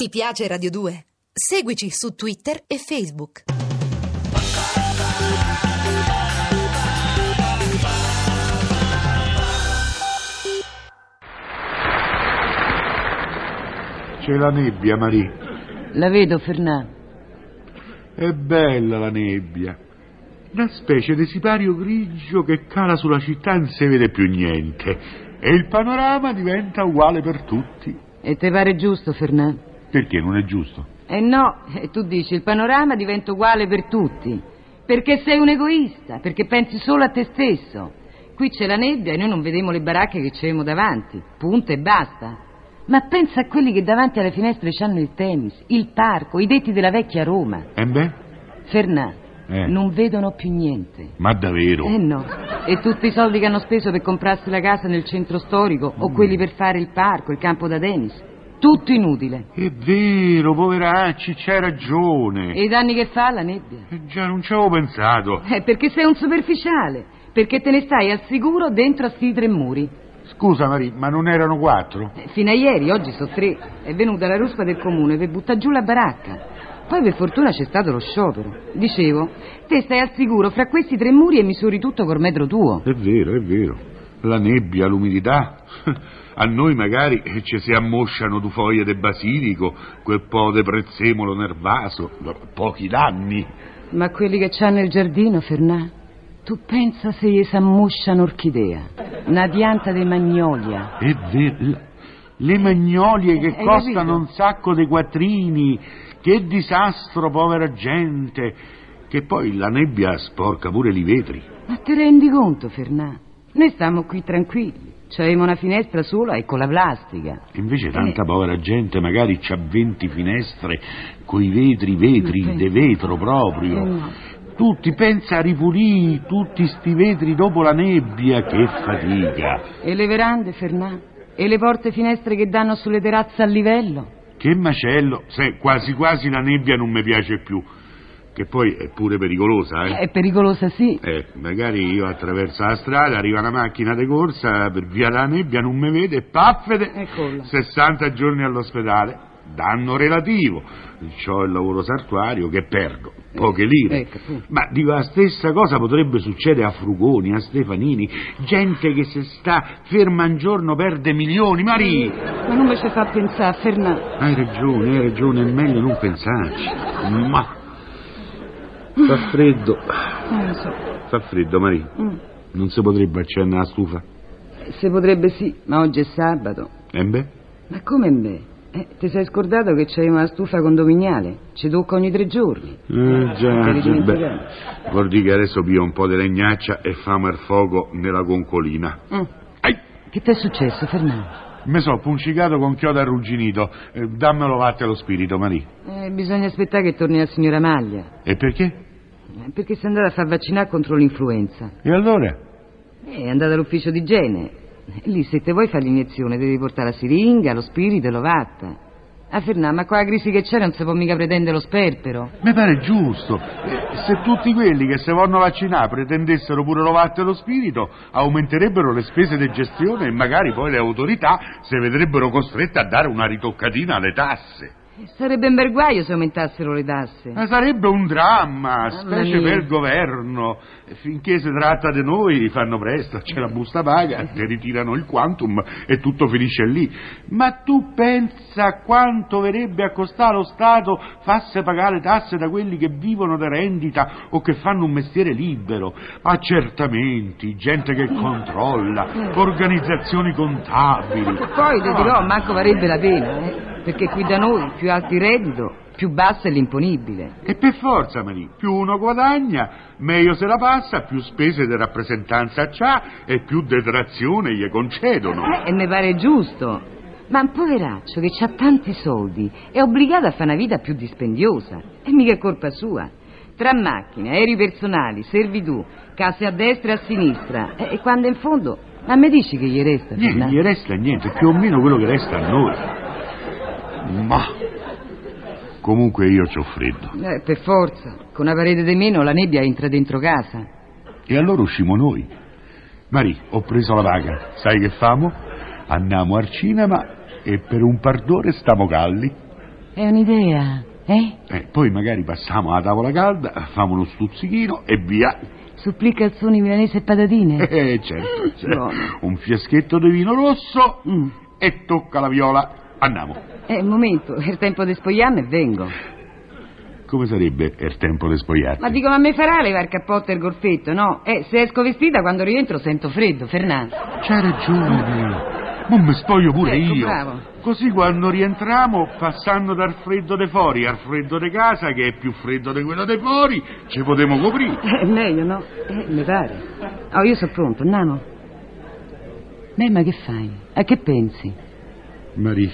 Ti piace Radio 2? Seguici su Twitter e Facebook. C'è la nebbia, Marie. La vedo, Fernà. È bella la nebbia. Una specie di sipario grigio che cala sulla città e non si vede più niente. E il panorama diventa uguale per tutti. E te pare giusto, Fernà? Perché non è giusto? Eh no, eh, tu dici il panorama diventa uguale per tutti. Perché sei un egoista, perché pensi solo a te stesso. Qui c'è la nebbia e noi non vediamo le baracche che ci abbiamo davanti. Punto e basta. Ma pensa a quelli che davanti alle finestre c'hanno il tennis, il parco, i detti della vecchia Roma. Eh beh? Fernà, Eh. non vedono più niente. Ma davvero? Eh no, e tutti i soldi che hanno speso per comprarsi la casa nel centro storico o quelli per fare il parco, il campo da tennis. Tutto inutile. È vero, poveracci, c'hai ragione. E i danni che fa la nebbia? Eh già, non ci avevo pensato. Eh, perché sei un superficiale, perché te ne stai al sicuro dentro a sti tre muri. Scusa, Marie, ma non erano quattro? Eh, Fino a ieri, oggi sono tre, è venuta la ruspa del comune per buttare giù la baracca. Poi per fortuna c'è stato lo sciopero. Dicevo, te stai al sicuro fra questi tre muri e misuri tutto col metro tuo. È vero, è vero. La nebbia, l'umidità. A noi magari eh, ci si ammosciano due foglie di basilico, quel po' di prezzemolo nel vaso. Ma Pochi danni. Ma quelli che c'hanno il giardino, Fernà, tu pensa se gli s'ammuscia un'orchidea, una pianta di magnolia. È vero. l- Le magnolie che Eh, hai costano capito? un sacco di quattrini. Che disastro, povera gente. Che poi la nebbia sporca pure i vetri. Ma te rendi conto, Fernà? Noi stiamo qui tranquilli. C'avevamo una finestra sola e con la plastica. E Invece tanta povera gente magari c'ha 20 finestre coi vetri, vetri, Mm, de vetro proprio. Eh, no. Tutti, pensa a ripulire tutti sti vetri dopo la nebbia, che fatica. E le verande, Fernà? E le porte finestre che danno sulle terrazze a livello? Che macello, se quasi quasi la nebbia non mi piace più, che poi è pure pericolosa, eh. È pericolosa, sì. Eh, magari io attraverso la strada, arriva una macchina di corsa, per via della nebbia non mi vede, paffede, Eccola. 60 giorni all'ospedale, danno relativo. C'ho il lavoro sartuario che perdo, poche lire. ecco, sì. Ma dico, la stessa cosa potrebbe succedere a Frugoni, a Stefanini, gente che se sta ferma un giorno perde milioni, Marie! Ma non mi ci fa pensare, Fernà. Hai ragione, hai ragione, è meglio non pensarci. Ma... Fa freddo, Non lo so. fa freddo, Marie. Non si potrebbe accendere la stufa? Se potrebbe sì, ma oggi è sabato. E Eh, beh? Ma come me? Eh, ti sei scordato che c'è una stufa condominiale? Ci tocca ogni tre giorni. Eh, già, Perché già, beh. dimenticare. Vuol dire che adesso pio un po' di legnaccia e famo il fuoco nella concolina. Eh. Ai! Che ti è successo, Fernà? Me so puncicato con chiodo arrugginito. Eh, dammelo latte allo spirito, Marie. Eh, bisogna aspettare che torni la signora Maglia. E perché? eh, Perché si è andata a far vaccinare contro l'influenza. E allora? Eh, È andata all'ufficio di igiene. Eh, Lì, se te vuoi fare l'iniezione, devi portare la siringa, lo spirito e l'ovatta. Ah, Fernà, ma con la crisi che c'è non si può mica pretendere lo sperpero. Mi pare giusto. Eh, Se tutti quelli che si vogliono vaccinare pretendessero pure lo latte allo spirito, aumenterebbero le spese di gestione e magari poi le autorità si vedrebbero costrette a dare una ritoccatina alle tasse. Eh, Sarebbe un bel guaio se aumentassero le tasse. Ma Eh, sarebbe un dramma, Mamma specie mia. per il governo. Finché si tratta di noi, fanno presto, c'è la busta paga, ti ritirano il quantum e tutto finisce lì. Ma tu pensa quanto verrebbe a costare lo Stato farsi pagare le tasse da quelli che vivono da rendita o che fanno un mestiere libero? Accertamenti, gente che controlla, organizzazioni contabili. Poi, te dirò, manco varrebbe la pena, eh, Perché qui da noi, più alto il reddito, più basso è l'imponibile. E per forza, Marie, più uno guadagna, meglio se la passa, più spese di rappresentanza c'ha e più detrazione gli concedono. Eh, e mi pare giusto. Ma un poveraccio che ha tanti soldi è obbligato a fare una vita più dispendiosa. E mica è colpa sua. Tra macchine, aerei personali, servitù, case a destra e a sinistra. E, e quando in fondo, ma mi dici che gli resta? Niente, Fernando? gli resta niente, più o meno quello che resta a noi. Ma comunque io c'ho freddo. Eh, per forza, con una parete di meno la nebbia entra dentro casa. E allora uscimo noi. Marie, ho preso la paga, sai che famo? Andiamo al cinema e per un par d'ore stiamo calli. È un'idea, eh? Eh, poi magari passiamo alla tavola calda, famo uno stuzzichino e via. Su calzoni milanese e patatine. Eh, certo. certo. buono. Un fiaschetto di vino rosso Mm. e tocca la viola. Andiamo. Eh, un momento, è il tempo di spogliarmi e vengo. Come sarebbe il tempo di spogliarti? Ma dico, ma mi farà levare il cappotto e il golfetto, no? Eh, se esco vestita quando rientro sento freddo, Fernando. C'hai ragione. Ma mi spoglio pure Ecco, io. bravo. Così quando rientriamo, passando dal freddo de fuori al freddo de casa, che è più freddo di quello de fuori, ci potremo coprire. È meglio, no? Eh, mi pare. Oh, io sono pronto, andiamo. Beh, ma che fai? A che pensi? Marì,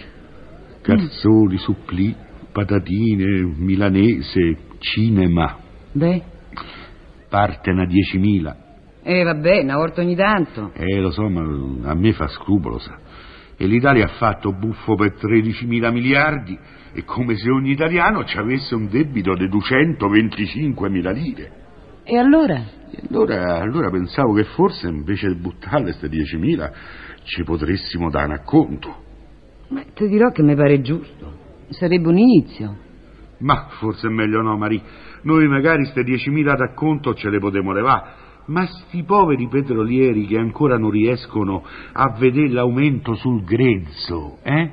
calzoni, supplì, patatine, milanese, cinema. Beh? Parte una 10.000. Eh, vabbè, una volta ogni tanto. Eh, lo so, ma a me fa scrupolo, sa. E l'Italia ha fatto buffo per 13.000 miliardi, è come se ogni italiano ci avesse un debito di 225.000 lire. E allora? E Allora, allora pensavo che forse invece di buttarle queste 10.000 ci potressimo dare un acconto. Ma ti dirò che mi pare giusto. Sarebbe un inizio. Ma forse è meglio no, Marì. Noi magari ste 10.000 d'acconto ce le potremo levare. Ma sti poveri petrolieri che ancora non riescono a vedere l'aumento sul grezzo, eh?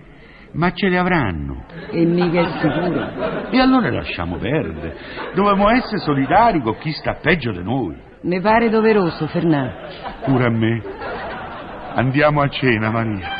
Ma ce le avranno. E mica è sicuro. E allora lasciamo perdere. Dobbiamo essere solidari con chi sta peggio di noi. Mi pare doveroso, Fernando. Pure a me. Andiamo a cena, Maria.